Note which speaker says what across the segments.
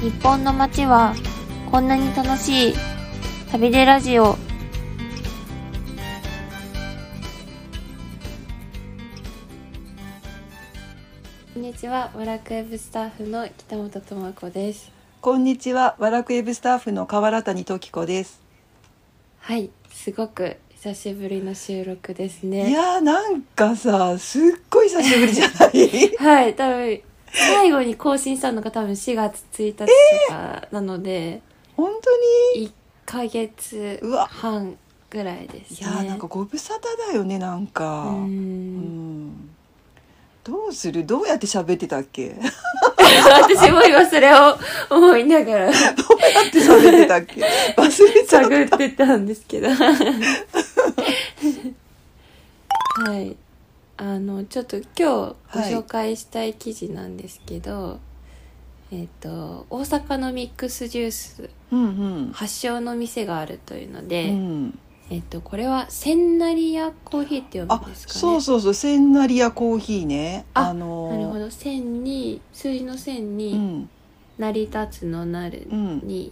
Speaker 1: 日本の街はこんなに楽しい旅でラジオ
Speaker 2: こんにちは、ワラクエブスタッフの北本智子です。
Speaker 3: こんにちは、ワラクエブスタッフの河原谷時子です。
Speaker 2: はい、すごく久しぶりの収録です
Speaker 3: い
Speaker 2: ね。
Speaker 3: やーなんかさ、すっごい久しぶりじゃない
Speaker 2: はい、多分最後に更新したのが多分4月1日とかなので、
Speaker 3: 本当に
Speaker 2: 1ヶ月
Speaker 3: うわ
Speaker 2: 半ぐらいです
Speaker 3: い
Speaker 2: ね。
Speaker 3: やーなんかご無沙汰だよね、なん
Speaker 2: う
Speaker 3: か。
Speaker 2: ー
Speaker 3: うん
Speaker 2: ん
Speaker 3: どうするどうやって喋ってたっけどうや
Speaker 2: 私も今それを思いながら
Speaker 3: って喋ってたっ け忘れちゃう。
Speaker 2: 探ってたんですけどはいあのちょっと今日ご紹介したい記事なんですけど、えっ、と大阪のミックスジュース
Speaker 3: うんうん。
Speaker 2: 発祥の店があるというの
Speaker 3: う
Speaker 2: で、
Speaker 3: ん、
Speaker 2: えっ、とこれは千成屋コーヒーって読む
Speaker 3: あ
Speaker 2: んですかね
Speaker 3: そうそうそうセンナリアコーヒーね
Speaker 2: あ
Speaker 3: のー
Speaker 2: なるほど千に数字の千
Speaker 3: う
Speaker 2: に、
Speaker 3: ん
Speaker 2: 成り立つのなる
Speaker 3: うん
Speaker 2: に、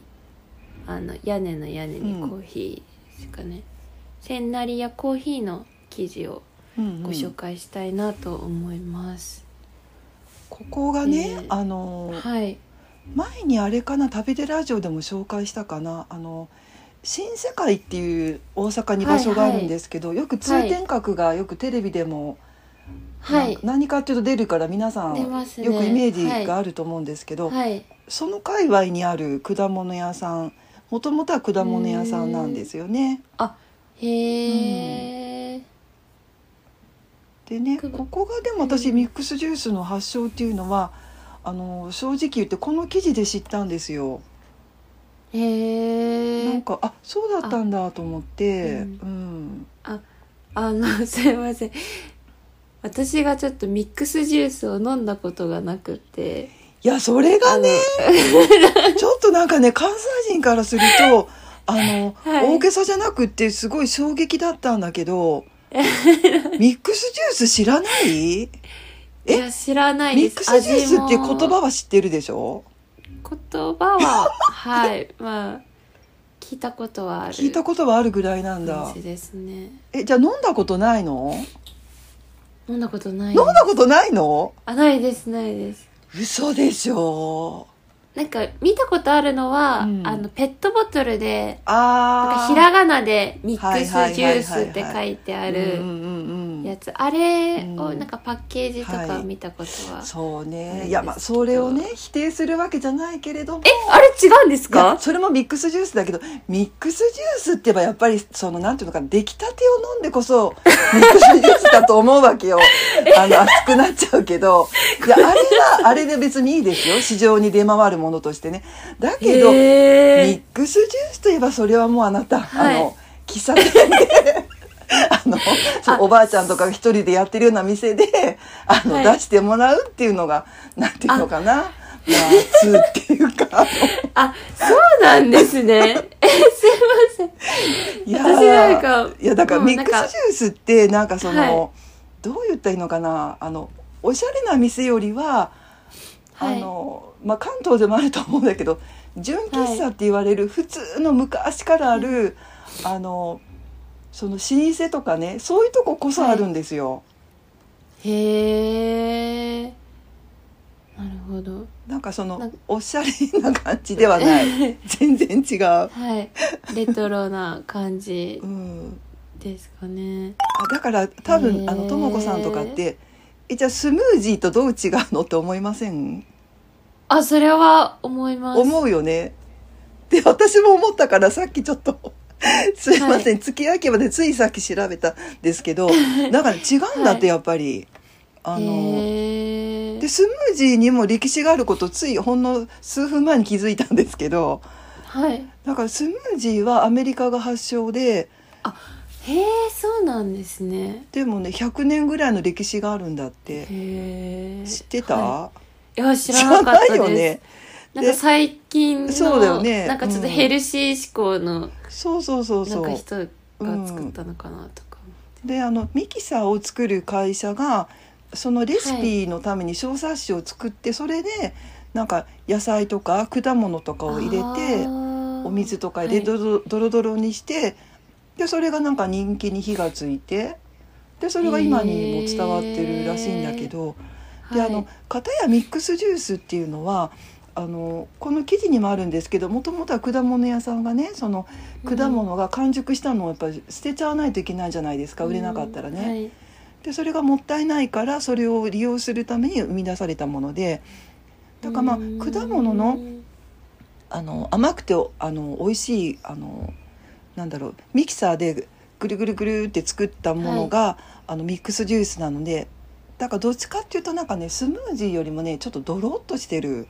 Speaker 2: あの屋根の屋根にコーヒーですかね、千成やコーヒーの記事を
Speaker 3: うん
Speaker 2: ご
Speaker 3: うん
Speaker 2: 紹、介したいなと思います、
Speaker 3: ここがね、
Speaker 2: えー
Speaker 3: あのー
Speaker 2: はい
Speaker 3: 前にあれかな旅でラジオでも紹介したかなあの新世界っていう大阪に場所があるんですけど、よく通天閣がよくテレビでも、
Speaker 2: は
Speaker 3: なん
Speaker 2: い
Speaker 3: か何かっていうと出るから皆さん、
Speaker 2: 出ますね
Speaker 3: よくイメージがあると思うんですけど、
Speaker 2: はい
Speaker 3: その界隈にある果物屋さんもともとは果物屋さんなんですよね。
Speaker 2: へえ、
Speaker 3: でね
Speaker 2: く
Speaker 3: ここがでも私ミックスジュースの発祥っていうのはあの正直言ってこの記事で知ったんですよ。
Speaker 2: へ
Speaker 3: なん
Speaker 2: え
Speaker 3: かあそうだったんだと思って、
Speaker 2: うん
Speaker 3: うん
Speaker 2: あの すいません私がちょっとミックスジュースを飲んだことがなくて
Speaker 3: いや、それがね、 ちょっとなんかね、関西人からすると、あの、
Speaker 2: はい
Speaker 3: 大げさじゃなくって、すごい衝撃だったんだ けど、ミックスジュース知らない
Speaker 2: い
Speaker 3: え
Speaker 2: や知らない
Speaker 3: ミ
Speaker 2: で
Speaker 3: ッ
Speaker 2: す
Speaker 3: クスジュースって言
Speaker 2: 味も
Speaker 3: 葉は知ってるでしょ
Speaker 2: 言葉ははいまあ聞いたことはある
Speaker 3: 聞いたことはあるぐらいなんだ
Speaker 2: 感。じですね
Speaker 3: え、じゃあ飲んだことないの
Speaker 2: 飲んだことない
Speaker 3: 飲んだことないの
Speaker 2: あないですないです
Speaker 3: 嘘でしょ
Speaker 2: なんか見たことあるのは、
Speaker 3: うん
Speaker 2: あのペットボトルでなん
Speaker 3: あ
Speaker 2: か
Speaker 3: ー。
Speaker 2: ひらがなでミックス
Speaker 3: はい
Speaker 2: ジ
Speaker 3: はいは
Speaker 2: ュー
Speaker 3: いはい
Speaker 2: スって書いてあ
Speaker 3: うん
Speaker 2: る
Speaker 3: うんうん
Speaker 2: やつあれを
Speaker 3: うん
Speaker 2: なんかパッケージとか
Speaker 3: はい
Speaker 2: 見たことは、
Speaker 3: そう
Speaker 2: あれですけど
Speaker 3: ね。いや、まあ、それをね、否定するわけじゃないけれども。
Speaker 2: あれ違うんです
Speaker 3: いや
Speaker 2: か
Speaker 3: それもミックスジュースだけどミックスジュースって言えばやっぱりそのなんていうのかな出来たてを飲んでこそミックスジュースだと思うわけよあの熱くなっちゃうけ どいやあれはあれで別にいいですよ市場に出回るものとしてねだけどミ
Speaker 2: へ
Speaker 3: ッ
Speaker 2: え
Speaker 3: クスジュースといえばそれはもうあなた、
Speaker 2: はい
Speaker 3: あの喫茶店で あのそうおばあちゃんとかが一人でやってるような店であの、
Speaker 2: はい
Speaker 3: 出してもらうっていうのがなんていうのかなまあ通っていうか。
Speaker 2: あそうなんです ねえすいません
Speaker 3: いやー
Speaker 2: 私なんか
Speaker 3: いやだから
Speaker 2: もう
Speaker 3: ミ
Speaker 2: な
Speaker 3: ッ
Speaker 2: ん
Speaker 3: ク
Speaker 2: か
Speaker 3: スジュースってなんかその、
Speaker 2: は
Speaker 3: どう言ったらいいのかなあのおしゃれな店よりは、
Speaker 2: はい
Speaker 3: あのまあ、関東でもあると思うんだけど純喫茶って言われる普通の昔からある、あのその老舗とかねそういうとここそあるんですよ。
Speaker 2: へえなるほど
Speaker 3: なんかそ
Speaker 2: なん
Speaker 3: の
Speaker 2: か
Speaker 3: おしゃれな感じで はない。全然違う。
Speaker 2: はいレトロな感じ
Speaker 3: うん。
Speaker 2: ですかね
Speaker 3: あだから多
Speaker 2: へ
Speaker 3: 分
Speaker 2: ー
Speaker 3: あのともこさんとかってえじゃあスムージーとどう違うのって思いません
Speaker 2: あそれは思います
Speaker 3: 思うよねで私も思ったからさっきちょっとすいません、月明けまでついさっき調べたんですけどなんかね違うん
Speaker 2: は
Speaker 3: だっ
Speaker 2: い
Speaker 3: てやっぱり、あの
Speaker 2: へえ
Speaker 3: でスムージーにも歴史があることついほんの数分前に気づいたんですけど
Speaker 2: はい
Speaker 3: だからスムージーはアメリカが発祥で
Speaker 2: へえそうなんですね
Speaker 3: でもね100年ぐらいの歴史があるんだっ
Speaker 2: へ
Speaker 3: て
Speaker 2: え
Speaker 3: 知ってた、
Speaker 2: はいいや知らなかった
Speaker 3: 知らないよ
Speaker 2: で
Speaker 3: ね
Speaker 2: すなんか最近の
Speaker 3: そうだよね
Speaker 2: なんかちょっとヘルシー志向の
Speaker 3: そうそうそ
Speaker 2: なん
Speaker 3: うそ
Speaker 2: か
Speaker 3: う。
Speaker 2: 人が作ったのかなとか
Speaker 3: であのミキサーを作る会社がそのレシピのために小冊子を作って、それでなんか野菜とか果物とかを入れてお
Speaker 2: お
Speaker 3: 水とか入れて
Speaker 2: はい
Speaker 3: ドロドロドロにしてでそれがなんか人気に火がついてでそれが今にも伝わってるらしいんだけど、であの片やミックスジュースっていうのはあのこの記事にもあるんですけどもともとは果物屋さんがねその果物が完熟したのをやっぱり捨てちゃわないといけないじゃないですか売れなかったらね。
Speaker 2: ね
Speaker 3: でそれがもったいないからそれを利用するために生み出されたものでだからまあ果物のあの甘くてあの美味しいあのなんだろうミキサーでぐるぐるぐるって作ったものが、あのミックスジュースなのでだからどっちかっていうとなんかねスムージーよりもねちょっとドロッとしてる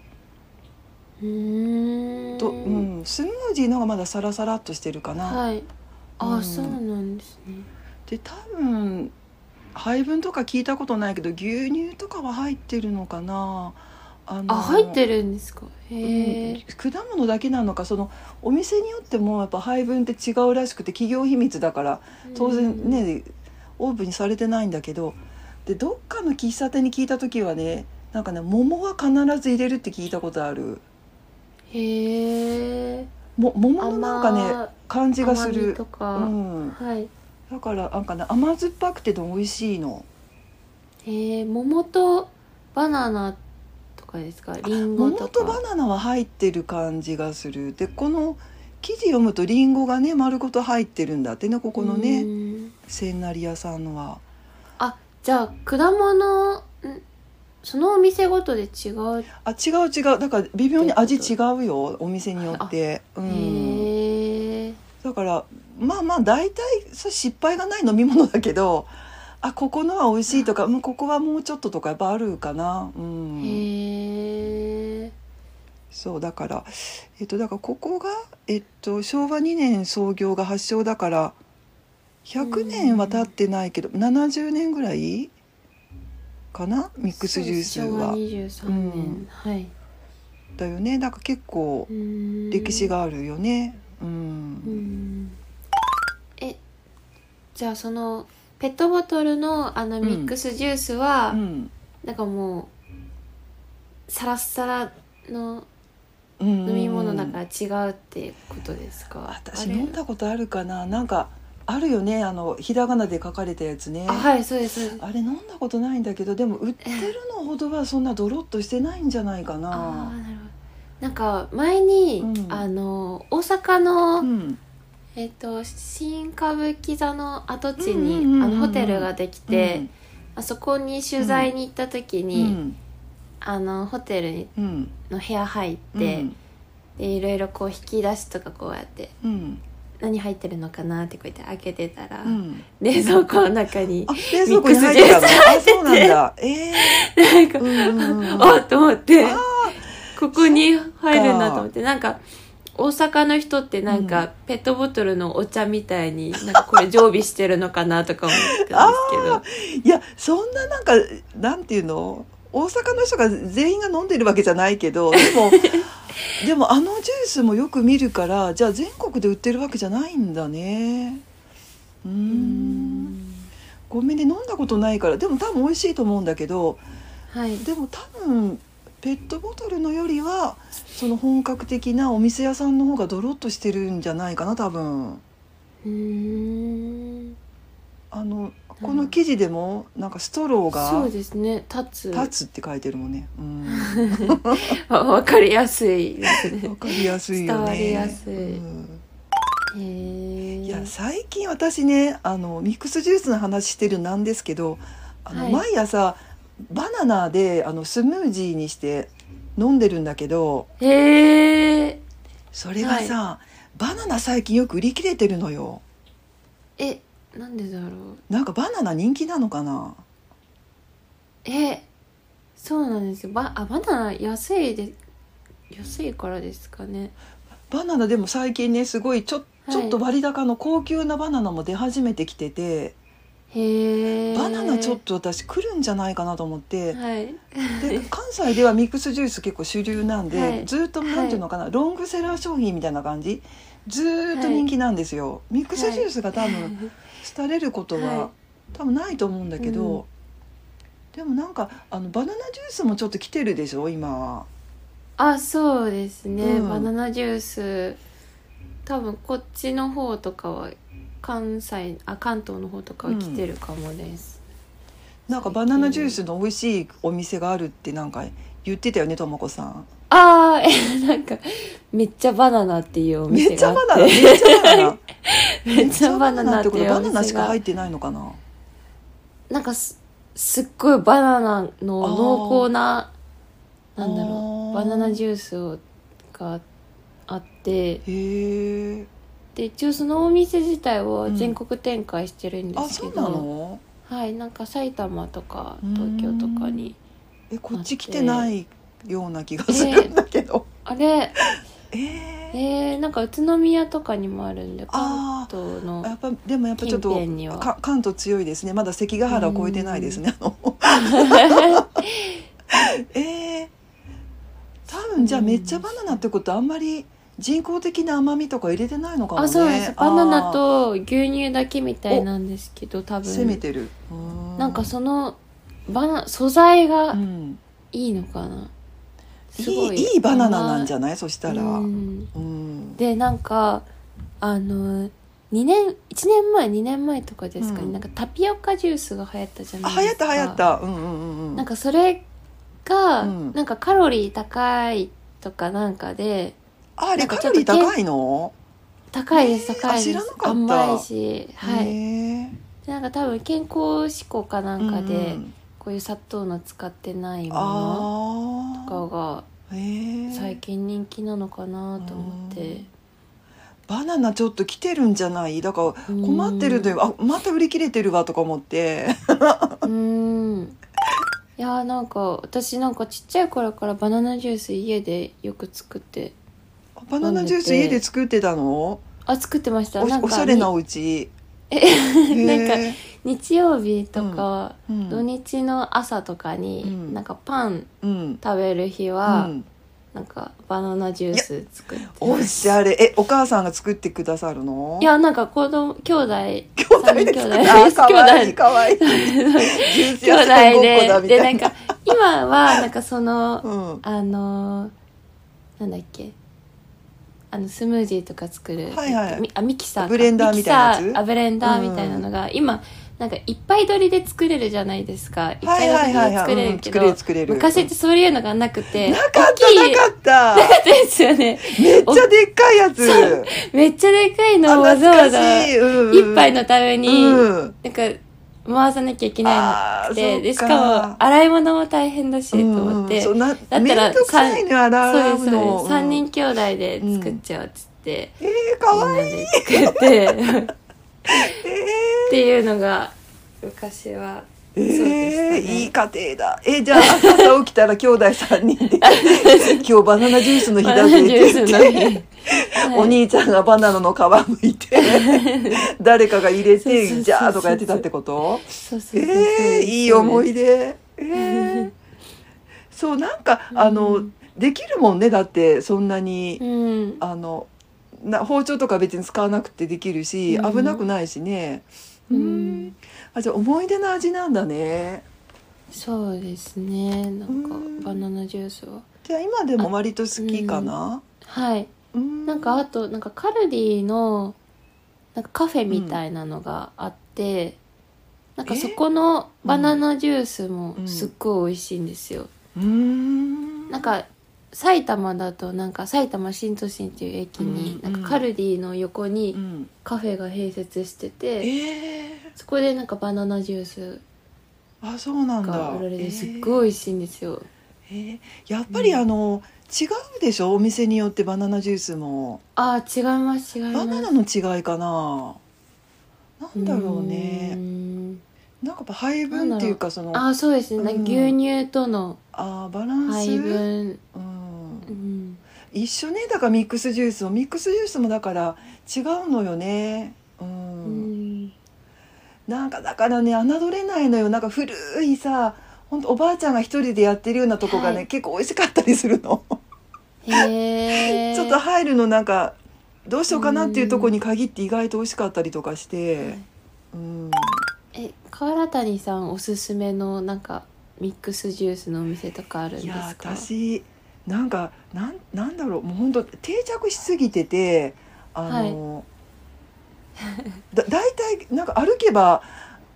Speaker 3: と、うん、スムージーの方がまだサラサラっとしてるかな。
Speaker 2: はいあ、
Speaker 3: うん
Speaker 2: そうなんですね
Speaker 3: で多分配分とか聞いたことないけど牛乳とかは入ってるのかなあの
Speaker 2: あ入ってるんですかへ
Speaker 3: うん
Speaker 2: え、
Speaker 3: 果物だけなのかそのお店によってもやっぱ配分って違うらしくて企業秘密だから当然ね、オープンにされてないんだけどでどっかの喫茶店に聞いた時はねなんかね桃は必ず入れるって聞いたことある
Speaker 2: へえ
Speaker 3: も桃のなんかね感じがす
Speaker 2: 甘み
Speaker 3: る
Speaker 2: と、
Speaker 3: う
Speaker 2: か、
Speaker 3: ん、
Speaker 2: はい
Speaker 3: だからなんかね甘酸っぱくてでも美味しいの
Speaker 2: へえ桃とバナナとかですかリンゴ
Speaker 3: 桃
Speaker 2: と
Speaker 3: と
Speaker 2: か
Speaker 3: バナナは入ってる感じがするでこの記事読むとリンゴがね丸ごと入ってるんだってねここのね、
Speaker 2: うん
Speaker 3: 千成屋さんのは
Speaker 2: あじゃあ果物んそのお店ごとで違う、
Speaker 3: あ違う違うだから微妙に味違うよお店によって、うん、
Speaker 2: へえ
Speaker 3: だからまあまあ大体そう失敗がない飲み物だけどあここのは美味しいとか、うん、ここはもうちょっととかやっぱあるかなうん
Speaker 2: へえ
Speaker 3: そうだからえっとだからここが、えっと、昭和2年創業が発祥だから100年は経ってないけど70年ぐらいかなミックスジュース
Speaker 2: 昭和
Speaker 3: は
Speaker 2: 23年、
Speaker 3: うん
Speaker 2: はい
Speaker 3: だよねだから結構歴
Speaker 2: 歴
Speaker 3: 史があるよねうん、
Speaker 2: うんえじゃあそのペットボトルのあのミックスジュースは、
Speaker 3: うん
Speaker 2: なんかもうサラッサラの
Speaker 3: うん
Speaker 2: 飲み物だから違うってことですか、
Speaker 3: 私
Speaker 2: あれ
Speaker 3: 飲んだことあるかななんかあるよねあのひらがなで書かれたやつね
Speaker 2: あはいそうですそうです
Speaker 3: あれ飲んだことないんだけどでも売ってるのほどはそんなドロッとしてないんじゃないか
Speaker 2: あ
Speaker 3: な
Speaker 2: ーなるほどなんか前に、
Speaker 3: うん
Speaker 2: あの大阪の、
Speaker 3: うん
Speaker 2: えっと新歌舞伎座の跡地
Speaker 3: うんうんうんうん
Speaker 2: にあのホテルができて、あそこに取材に行った時
Speaker 3: う
Speaker 2: に、
Speaker 3: ん
Speaker 2: あのホテルに
Speaker 3: うん
Speaker 2: の部屋入っ
Speaker 3: うん
Speaker 2: て、でいろいろこう引き出しとかこうやって
Speaker 3: うん
Speaker 2: 何入ってるのかなってこうやって開けてたら、
Speaker 3: うん
Speaker 2: 冷蔵庫の中に
Speaker 3: あ冷蔵庫に入ってたの
Speaker 2: ミ
Speaker 3: あそ うなんだええ
Speaker 2: なんか、
Speaker 3: うんうんうん
Speaker 2: あっと思ってここに入るんだと思ってなんか大阪の人ってなん
Speaker 3: う
Speaker 2: かペットボトルのお茶みたいになんかこれ常備してるのかなとか思って たんです
Speaker 3: いやそんななんかなんていうの大阪の人が全員が飲んでるわけじゃないけどでも でもあのジュースもよく見るからじゃあ全国で売ってるわけじゃないんだね
Speaker 2: け
Speaker 3: うー
Speaker 2: ど
Speaker 3: んごめんね飲んだことないからでも多分美味しいと思うんだけど
Speaker 2: はい
Speaker 3: でも多分ペットボトルのよりはその本格的なお店屋さんの方がドロッとしてるんじゃないかな多分。
Speaker 2: うーん
Speaker 3: あのこの記事でもなんかストロー
Speaker 2: そう
Speaker 3: が
Speaker 2: ですね立つ
Speaker 3: 立つって書いてるもんね。うん
Speaker 2: あわかりやすいですね
Speaker 3: わかりやすいよね。
Speaker 2: 伝わりやすい
Speaker 3: うん
Speaker 2: へえ
Speaker 3: いや最近私ねあのミックスジュースの話してるなんですけどあの、
Speaker 2: はい
Speaker 3: 毎朝バナナであのスムージーにして飲んでるんだけど
Speaker 2: へえ
Speaker 3: それがさ、バナナ最近よく売り切れてるのよ。
Speaker 2: えなんでだろう
Speaker 3: なんかバナナ人気なのかな
Speaker 2: えそうなんですよバあバナナ安いで安いからですかね
Speaker 3: バナナでも最近ねすごいちょ
Speaker 2: はい
Speaker 3: ちょっと割高の高級なバナナも出始めてきてて、
Speaker 2: へえ
Speaker 3: バナナちょっと私来るんじゃないかなと思って、
Speaker 2: はい
Speaker 3: で関西ではミックスジュース結構主流なんで、
Speaker 2: はい
Speaker 3: ずっとなんていうのかな、ロングセラー商品みたいな感じずーっと人気なんですよ、ミックスジュースが多分廃れることは、
Speaker 2: は
Speaker 3: 多分ないと思うんだけど、でもなんかあのバナナジュースもちょっと来てるでしょ今は
Speaker 2: あそうですね、
Speaker 3: うん
Speaker 2: バナナジュース多分こっちの方とかは関西あ関東の方とかは来てるかもです、
Speaker 3: なんかバナナジュースの美味しいお店があるってなんか言ってたよねともこさん
Speaker 2: ああえなんかめっちゃバナナっていうお
Speaker 3: め
Speaker 2: 店
Speaker 3: っちゃ
Speaker 2: があ
Speaker 3: バ
Speaker 2: っ
Speaker 3: ナ
Speaker 2: て
Speaker 3: ナめっちゃバナ
Speaker 2: めっちゃバナナ
Speaker 3: ナっ
Speaker 2: ってて
Speaker 3: こ
Speaker 2: ことと
Speaker 3: バ
Speaker 2: バ
Speaker 3: ナ
Speaker 2: ナ
Speaker 3: ナ
Speaker 2: ナ
Speaker 3: し
Speaker 2: し
Speaker 3: か
Speaker 2: か
Speaker 3: 入
Speaker 2: 入
Speaker 3: ってないのかな
Speaker 2: なんかすすっごいバナナの濃厚ななんだろ
Speaker 3: あー
Speaker 2: うバナナジュースをがあって
Speaker 3: へえ
Speaker 2: で一応そのお店自体
Speaker 3: う
Speaker 2: は
Speaker 3: ん
Speaker 2: 全国展開してるんで
Speaker 3: あ
Speaker 2: す
Speaker 3: そ
Speaker 2: け
Speaker 3: うな
Speaker 2: ど、
Speaker 3: の
Speaker 2: はいなんか埼玉とか東京とかに
Speaker 3: えこっち来てないような気がす
Speaker 2: 待っ
Speaker 3: る
Speaker 2: て
Speaker 3: んだけど
Speaker 2: あれ
Speaker 3: えー、
Speaker 2: えー、なんか宇都宮とかにもあるんで
Speaker 3: あ
Speaker 2: 関東の
Speaker 3: やっぱでもやっぱちょ
Speaker 2: 近
Speaker 3: っと
Speaker 2: 辺には
Speaker 3: か関東強いですねまだ関ヶ原を越えてないですねあのえー、多分じゃあ
Speaker 2: うん
Speaker 3: めっちゃバナナってことあんまり人工的な甘みとか入れてないのかもね
Speaker 2: あそうですバナナと牛乳だけみたいなんですけど多
Speaker 3: あー攻め
Speaker 2: 分
Speaker 3: てるうー
Speaker 2: なんかそのバナ素材が
Speaker 3: うん
Speaker 2: いいのかな、
Speaker 3: い
Speaker 2: すご
Speaker 3: いいいバナナなんじ
Speaker 2: ゃ
Speaker 3: ゃないそしたら
Speaker 2: うん
Speaker 3: うん
Speaker 2: でなんかあの2年1年前2年前とかですかね、
Speaker 3: うん
Speaker 2: なんかタピオカジュースが流行ったじゃな
Speaker 3: あ
Speaker 2: いで
Speaker 3: 流行っ
Speaker 2: すか
Speaker 3: た流行ったうんうんうんうん
Speaker 2: なんかそれが、
Speaker 3: うん
Speaker 2: なんかカロリー高いとかなんかで
Speaker 3: ああ
Speaker 2: な
Speaker 3: れ
Speaker 2: んか
Speaker 3: カ
Speaker 2: ちょ
Speaker 3: ロ
Speaker 2: っと
Speaker 3: リー高いの
Speaker 2: 高いです
Speaker 3: えー
Speaker 2: 高いです、
Speaker 3: あ知らなかった
Speaker 2: 甘いしはい
Speaker 3: へー
Speaker 2: でなんか多分健康志向かなんかで、
Speaker 3: うん
Speaker 2: こういう砂糖の使ってないも
Speaker 3: あ
Speaker 2: の
Speaker 3: あ
Speaker 2: とかが
Speaker 3: へえ
Speaker 2: 最近人気なのかなと思って、
Speaker 3: バナナちょっと来てるんじゃないだから
Speaker 2: うん
Speaker 3: 困ってるというあまた売り切れてるわとか思 って
Speaker 2: うーんいやーなんか私なんかちっちゃい頃からバナナジュース家でよく作って
Speaker 3: バナナジュース家で作ってたの
Speaker 2: あ作ってました
Speaker 3: お
Speaker 2: なんか
Speaker 3: おしゃれなお家
Speaker 2: に なんか
Speaker 3: へー
Speaker 2: 日曜日とか、
Speaker 3: うん
Speaker 2: 土日の朝とかに、
Speaker 3: うん
Speaker 2: なんかパン
Speaker 3: うん
Speaker 2: 食べる日は、
Speaker 3: うん
Speaker 2: なんかバナナジュース作って
Speaker 3: おしゃれえお母さんが作ってくださるの
Speaker 2: いやなんか子供兄弟
Speaker 3: 兄弟です
Speaker 2: 三
Speaker 3: か
Speaker 2: 人兄弟です
Speaker 3: あかわい
Speaker 2: 兄
Speaker 3: い
Speaker 2: 弟
Speaker 3: かわいいジュース
Speaker 2: 兄弟
Speaker 3: 屋さんごっこだ
Speaker 2: で
Speaker 3: み
Speaker 2: で
Speaker 3: た
Speaker 2: ないん
Speaker 3: な
Speaker 2: か今はなんかその、
Speaker 3: うん
Speaker 2: あのーなんだっけあのスムージーとか作る、
Speaker 3: はいはい
Speaker 2: みあミキサーか
Speaker 3: ブレンダーみたいなやつ
Speaker 2: ミキサーあブレンダーみたいなのが、今なんかいっぱい取りで作れるじゃないですかいっぱ
Speaker 3: はいいはい
Speaker 2: 取
Speaker 3: は
Speaker 2: り
Speaker 3: い
Speaker 2: で作れ
Speaker 3: はい、
Speaker 2: る
Speaker 3: うん
Speaker 2: け
Speaker 3: 作
Speaker 2: ど、
Speaker 3: れる作れる
Speaker 2: 昔ってそういうのがなくて
Speaker 3: なかったなかった
Speaker 2: 大きいですよね
Speaker 3: めっちゃでっかいやつ
Speaker 2: めっちゃでかい
Speaker 3: あ
Speaker 2: のをわざ
Speaker 3: 懐
Speaker 2: わ
Speaker 3: か
Speaker 2: ざ
Speaker 3: し
Speaker 2: 一
Speaker 3: いうんうん
Speaker 2: 杯のために、
Speaker 3: うん
Speaker 2: なんか回さなきゃいけないの
Speaker 3: あ
Speaker 2: で
Speaker 3: ー
Speaker 2: でしか
Speaker 3: そっか
Speaker 2: も洗い物も大変だしと思って、
Speaker 3: うんうんうん、そうな
Speaker 2: ら
Speaker 3: めんどくさいね洗
Speaker 2: そうで
Speaker 3: う
Speaker 2: すそうで
Speaker 3: の
Speaker 2: す3
Speaker 3: うん
Speaker 2: 人兄弟で作っちゃおうっつって、
Speaker 3: えー、かわいい
Speaker 2: みんなで作ってっ
Speaker 3: え
Speaker 2: ていうのが昔は
Speaker 3: ー
Speaker 2: そうでした
Speaker 3: え
Speaker 2: ね
Speaker 3: ーいい家庭だえーじゃあ朝起きたら兄弟三人で 今日バナナジュースの日
Speaker 2: バ
Speaker 3: だ
Speaker 2: ナナ
Speaker 3: ぜっ
Speaker 2: ジュー
Speaker 3: て
Speaker 2: ス
Speaker 3: 言っ
Speaker 2: の
Speaker 3: て、
Speaker 2: 日はい
Speaker 3: お兄ちゃんがバナナの皮むい て誰かが入れ
Speaker 2: そうそうそうそ
Speaker 3: て
Speaker 2: う
Speaker 3: じゃあとかやってたってこと
Speaker 2: そうそうそうそう
Speaker 3: えー、いい思い
Speaker 2: 出
Speaker 3: 出え ーそうなんかあ
Speaker 2: う
Speaker 3: の
Speaker 2: ん
Speaker 3: できるもんねだってそんなに
Speaker 2: うん
Speaker 3: あのな包丁とか別に使わなくてできるし、
Speaker 2: うん
Speaker 3: 危なくないしね
Speaker 2: うん
Speaker 3: あじゃあ思い出の味なんだね
Speaker 2: そうですねなんか
Speaker 3: うん
Speaker 2: バナナジュースは
Speaker 3: じゃあ今でも割と好きかな
Speaker 2: はい
Speaker 3: うん
Speaker 2: なんかあとなんかカルディのなんかカフェみたいなのがあって、なんかそこのバナナジュースもすっごい美味しいんですよ、
Speaker 3: うーん
Speaker 2: なんか埼玉だとなんか埼玉新都心っていう駅に、
Speaker 3: うん
Speaker 2: なんかカルディの横
Speaker 3: う
Speaker 2: に
Speaker 3: ん
Speaker 2: カフェが併設して
Speaker 3: え
Speaker 2: て、
Speaker 3: ー、
Speaker 2: そこでなんかバナナジュース
Speaker 3: あそうなんだ
Speaker 2: が売られてすっ
Speaker 3: い、
Speaker 2: ごい美味しいんですよ、
Speaker 3: えーえーやっぱりあの、違うでしょお店によってバナナジュースも
Speaker 2: ああ違います違います
Speaker 3: バナナの違いかななんだろうね
Speaker 2: ん
Speaker 3: なんかやっぱ配分っていうかその
Speaker 2: あ
Speaker 3: あ
Speaker 2: あそうですね、なんか牛乳との
Speaker 3: あーバランス
Speaker 2: 配分、
Speaker 3: うん
Speaker 2: うん
Speaker 3: 一緒ねだからミックスジュースもミックスジュースもだから違うのよねうん、
Speaker 2: うん
Speaker 3: なんかだからね侮れないのよなんか古いさほんとおばあちゃんが一人でやってるようなとこがね、
Speaker 2: はい
Speaker 3: 結構美味しかったりするの、
Speaker 2: へえ
Speaker 3: ちょっと入るのなんかどうしようかなっていうとこに限って意外と美味しかったりとかして、うん、
Speaker 2: え川原谷さんおすすめのなんかミックスジュースのお店とかあるん
Speaker 3: い
Speaker 2: で
Speaker 3: や
Speaker 2: すか
Speaker 3: 私なんかなんなんだろうもう本当定着しすぎててあの、だ大体なんか歩けば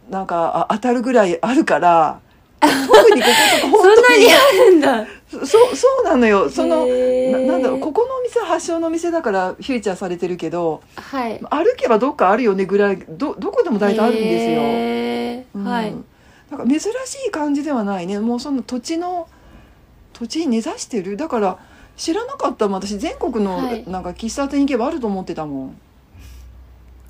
Speaker 3: なんかあ当たるぐらいあるから特にこことか
Speaker 2: そ
Speaker 3: 本
Speaker 2: ん
Speaker 3: 当
Speaker 2: な
Speaker 3: に
Speaker 2: にあるんだ
Speaker 3: そそうそうなのよその
Speaker 2: へ
Speaker 3: な
Speaker 2: ー
Speaker 3: なんだろうここのお店は発祥のお店だからフューチャーされてるけど
Speaker 2: はい
Speaker 3: 歩けばどっかあるよねぐらいどどこでも大体あるんですよ。
Speaker 2: へー
Speaker 3: うん
Speaker 2: はい
Speaker 3: なんか珍しい感じではないねもうその土地の土地に根ざしてるだから知らなかったもん私全国の
Speaker 2: はい
Speaker 3: なんか喫茶店行けばあると思ってたもん、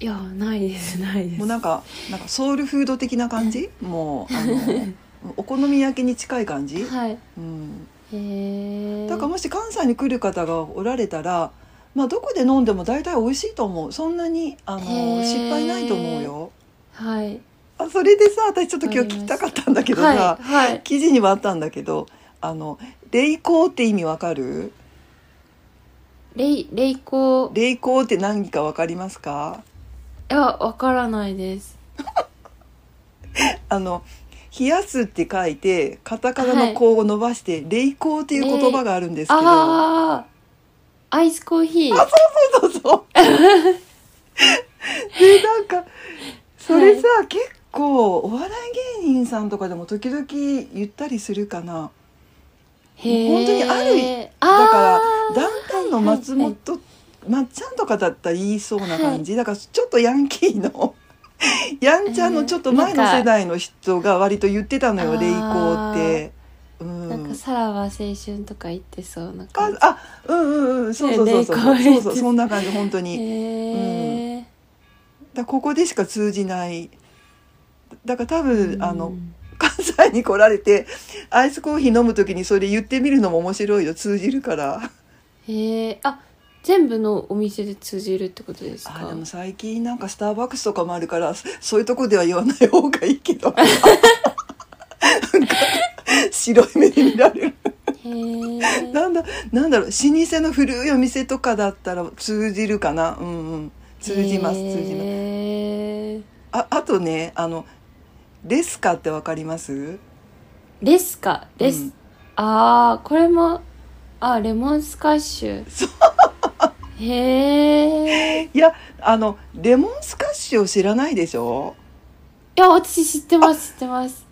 Speaker 2: いやないです ないです
Speaker 3: もうなんかなんかソウルフード的な感じもうあの お好み焼きに近い感じ、
Speaker 2: はいへ
Speaker 3: うん、
Speaker 2: え
Speaker 3: だからもし関西に来る方がおられたらまあどこで飲んでも大体美味しいと思うそんなにあの
Speaker 2: へー
Speaker 3: 失敗ないと思うよ
Speaker 2: はい
Speaker 3: あそれでさ私ちょっと今日聞きたかったんだけどさ、
Speaker 2: はいはい
Speaker 3: 記事にはあったんだけどあの霊光って意味わかる
Speaker 2: レイレイコ
Speaker 3: 霊光って何かわかりますか
Speaker 2: いやわからないです
Speaker 3: あの冷やすって書いてカタカナの光を伸ばして霊光っていう言葉があるんですけど、
Speaker 2: ああアイスコーヒー
Speaker 3: そうそうそうでなんかそれさ、結構お笑い芸人さんとかでも時々言ったりするかな
Speaker 2: へえ
Speaker 3: 本当にある
Speaker 2: あ
Speaker 3: だ
Speaker 2: ー
Speaker 3: からダウンタウンの松本、まっちゃんとかだったら言いそうな感じ、だからちょっとヤンキーの やんちゃんのちょっと前の世代の人が割と言ってたのよ
Speaker 2: うん
Speaker 3: 「霊光」って。うん
Speaker 2: なんかさらば青春とか言ってそうな
Speaker 3: あ
Speaker 2: 感じ
Speaker 3: あうんうんうんそうそうそうそう
Speaker 2: ね霊光
Speaker 3: そうそうそんな感じ本当に
Speaker 2: へえ
Speaker 3: だからここでしか通じないだから多分、あ
Speaker 2: う
Speaker 3: の
Speaker 2: ん
Speaker 3: 関西に来られてアイスコーヒー飲む時にそれ言ってみるのも面白いよ通じるから
Speaker 2: へえあ全部のお店で通じるってことですか
Speaker 3: あでも最近なんかスターバックスとかもあるからそそういうとこでは言わない方がいいけどなんか白い目で見られる
Speaker 2: へえ
Speaker 3: なんだなんだろう老舗の古いお店とかだったら通じるかなうんうん通じます通じます
Speaker 2: へー
Speaker 3: ああとねあのレスカってわかります
Speaker 2: レスかレス、
Speaker 3: うん
Speaker 2: ああこれもあレモンスカッシュ
Speaker 3: そ
Speaker 2: へえ
Speaker 3: いやあのレモンスカッシュを知らないでしょ
Speaker 2: いや私知ってます知ってます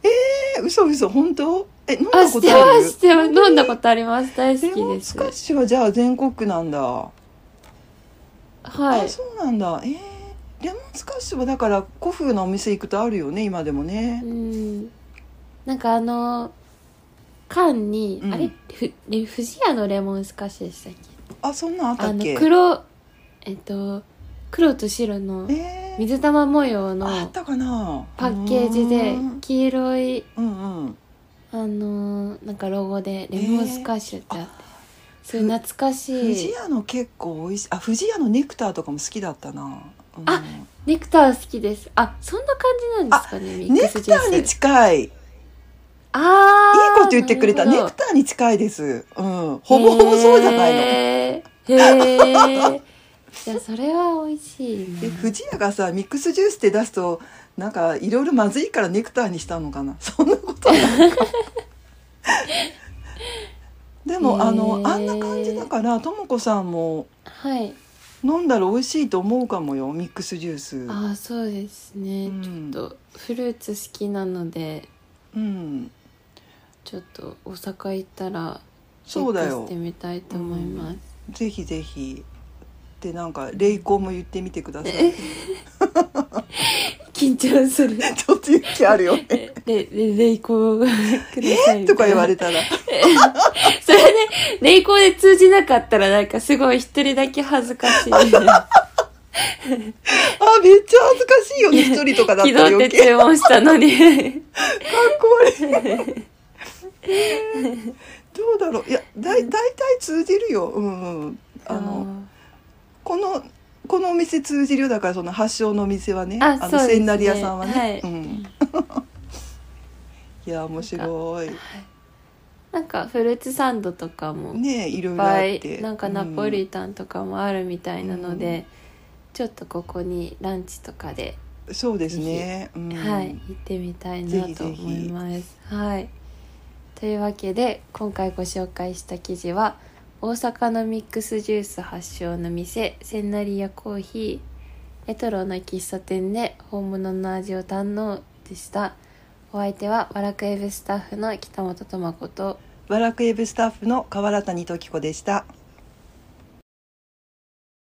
Speaker 3: え嘘嘘本当え飲ん
Speaker 2: あ
Speaker 3: だ
Speaker 2: 知
Speaker 3: こ
Speaker 2: って
Speaker 3: とあ
Speaker 2: ま
Speaker 3: る
Speaker 2: す知ってます飲んだことあります大好
Speaker 3: レ
Speaker 2: き
Speaker 3: モ
Speaker 2: で
Speaker 3: ンス
Speaker 2: す
Speaker 3: カッシュはじゃあ全国区なんだ
Speaker 2: は
Speaker 3: あ
Speaker 2: い
Speaker 3: そうなんだえー、レモンスカッシュはだから古風なお店行くとあるよね今でもね
Speaker 2: うんなんかあの缶に、
Speaker 3: うん
Speaker 2: あれふれ不二家のレモンスカッシュでしたっけ
Speaker 3: あそんなんあった
Speaker 2: あ
Speaker 3: っ
Speaker 2: の
Speaker 3: け
Speaker 2: 黒えっと黒と白の
Speaker 3: えー、
Speaker 2: 水玉模様
Speaker 3: あっ
Speaker 2: の
Speaker 3: たかな
Speaker 2: パッケージで
Speaker 3: うん
Speaker 2: 黄色い
Speaker 3: うんうん
Speaker 2: あのーなんかロゴでレモンスカッシュってあって、そういう懐か
Speaker 3: 不
Speaker 2: し
Speaker 3: 二
Speaker 2: い
Speaker 3: 家の結構おいしいあ不二家のネクターとかも好きだったな、うん
Speaker 2: あネクター好きですあそんな感じなんですかねミッ
Speaker 3: ネ
Speaker 2: クス
Speaker 3: ク
Speaker 2: ジュ
Speaker 3: ター
Speaker 2: ー
Speaker 3: に
Speaker 2: ス
Speaker 3: 近
Speaker 2: あ
Speaker 3: いいい
Speaker 2: あ
Speaker 3: こと言ってくれた。
Speaker 2: な
Speaker 3: ネ
Speaker 2: るほ
Speaker 3: ク
Speaker 2: ど
Speaker 3: ターに近いです。うん。ほぼほぼそうじゃないの。で
Speaker 2: へーへ えいやそれは美味しいな
Speaker 3: 藤屋がさ、ミックスジュースって出すと、なんかいろいろまずいからネクターにしたのかな。 そんなことはないか。 で
Speaker 2: へ
Speaker 3: も、
Speaker 2: ー
Speaker 3: あの、あんな感じだから、ともこさんも
Speaker 2: はい
Speaker 3: 飲んだら美味しいと思うかもよ、ミックスジュース。
Speaker 2: ああそうですね、
Speaker 3: うん
Speaker 2: ちょっとフルーツ好きなので
Speaker 3: うん。
Speaker 2: ちょっと大阪行ったら
Speaker 3: そうだ
Speaker 2: チェッ
Speaker 3: よ
Speaker 2: クして。みたいと思います、
Speaker 3: ぜひぜひ。で、なんか、霊光も言ってみてください。
Speaker 2: 緊張する
Speaker 3: ちょっと勇気あるよ ね。
Speaker 2: えレレレイコーください
Speaker 3: とか言われ
Speaker 2: て
Speaker 3: たら。
Speaker 2: それで、レイコーで通じなかったらなんかすごい一人だけ恥ずか しい
Speaker 3: あ、めっちゃ恥ずかしいよね、一人とかだっ
Speaker 2: 気
Speaker 3: たら
Speaker 2: 取って
Speaker 3: 余計。
Speaker 2: 注文したのに
Speaker 3: 怖い。どうだろう。いや、だい、だいたい通じるよ。うんうん。あの、この、このお店通じるよだから、その発祥のお店はね、
Speaker 2: あそ
Speaker 3: の、
Speaker 2: うですね
Speaker 3: 千成屋さんはね。
Speaker 2: はい
Speaker 3: うん。 いや、面白い。
Speaker 2: なんかフルーツサンドとかも
Speaker 3: ねえ、いろ
Speaker 2: いっ
Speaker 3: いろあっ
Speaker 2: ぱ
Speaker 3: て。
Speaker 2: いなんかナポリタンとかもあるみたいなので、
Speaker 3: う
Speaker 2: ちょっとここにランチとかで、
Speaker 3: うんそうですね。うん
Speaker 2: はい行ってみたいなと思います。はいというわけで今回ご紹介した記事は大阪のミックスジュース発祥の店センナリアコーヒーレトロな喫茶店で本物の味を堪能でしたお相手はワラクエブスタッフの北本智子と
Speaker 3: ワラクエブスタッフの河原谷時子でした。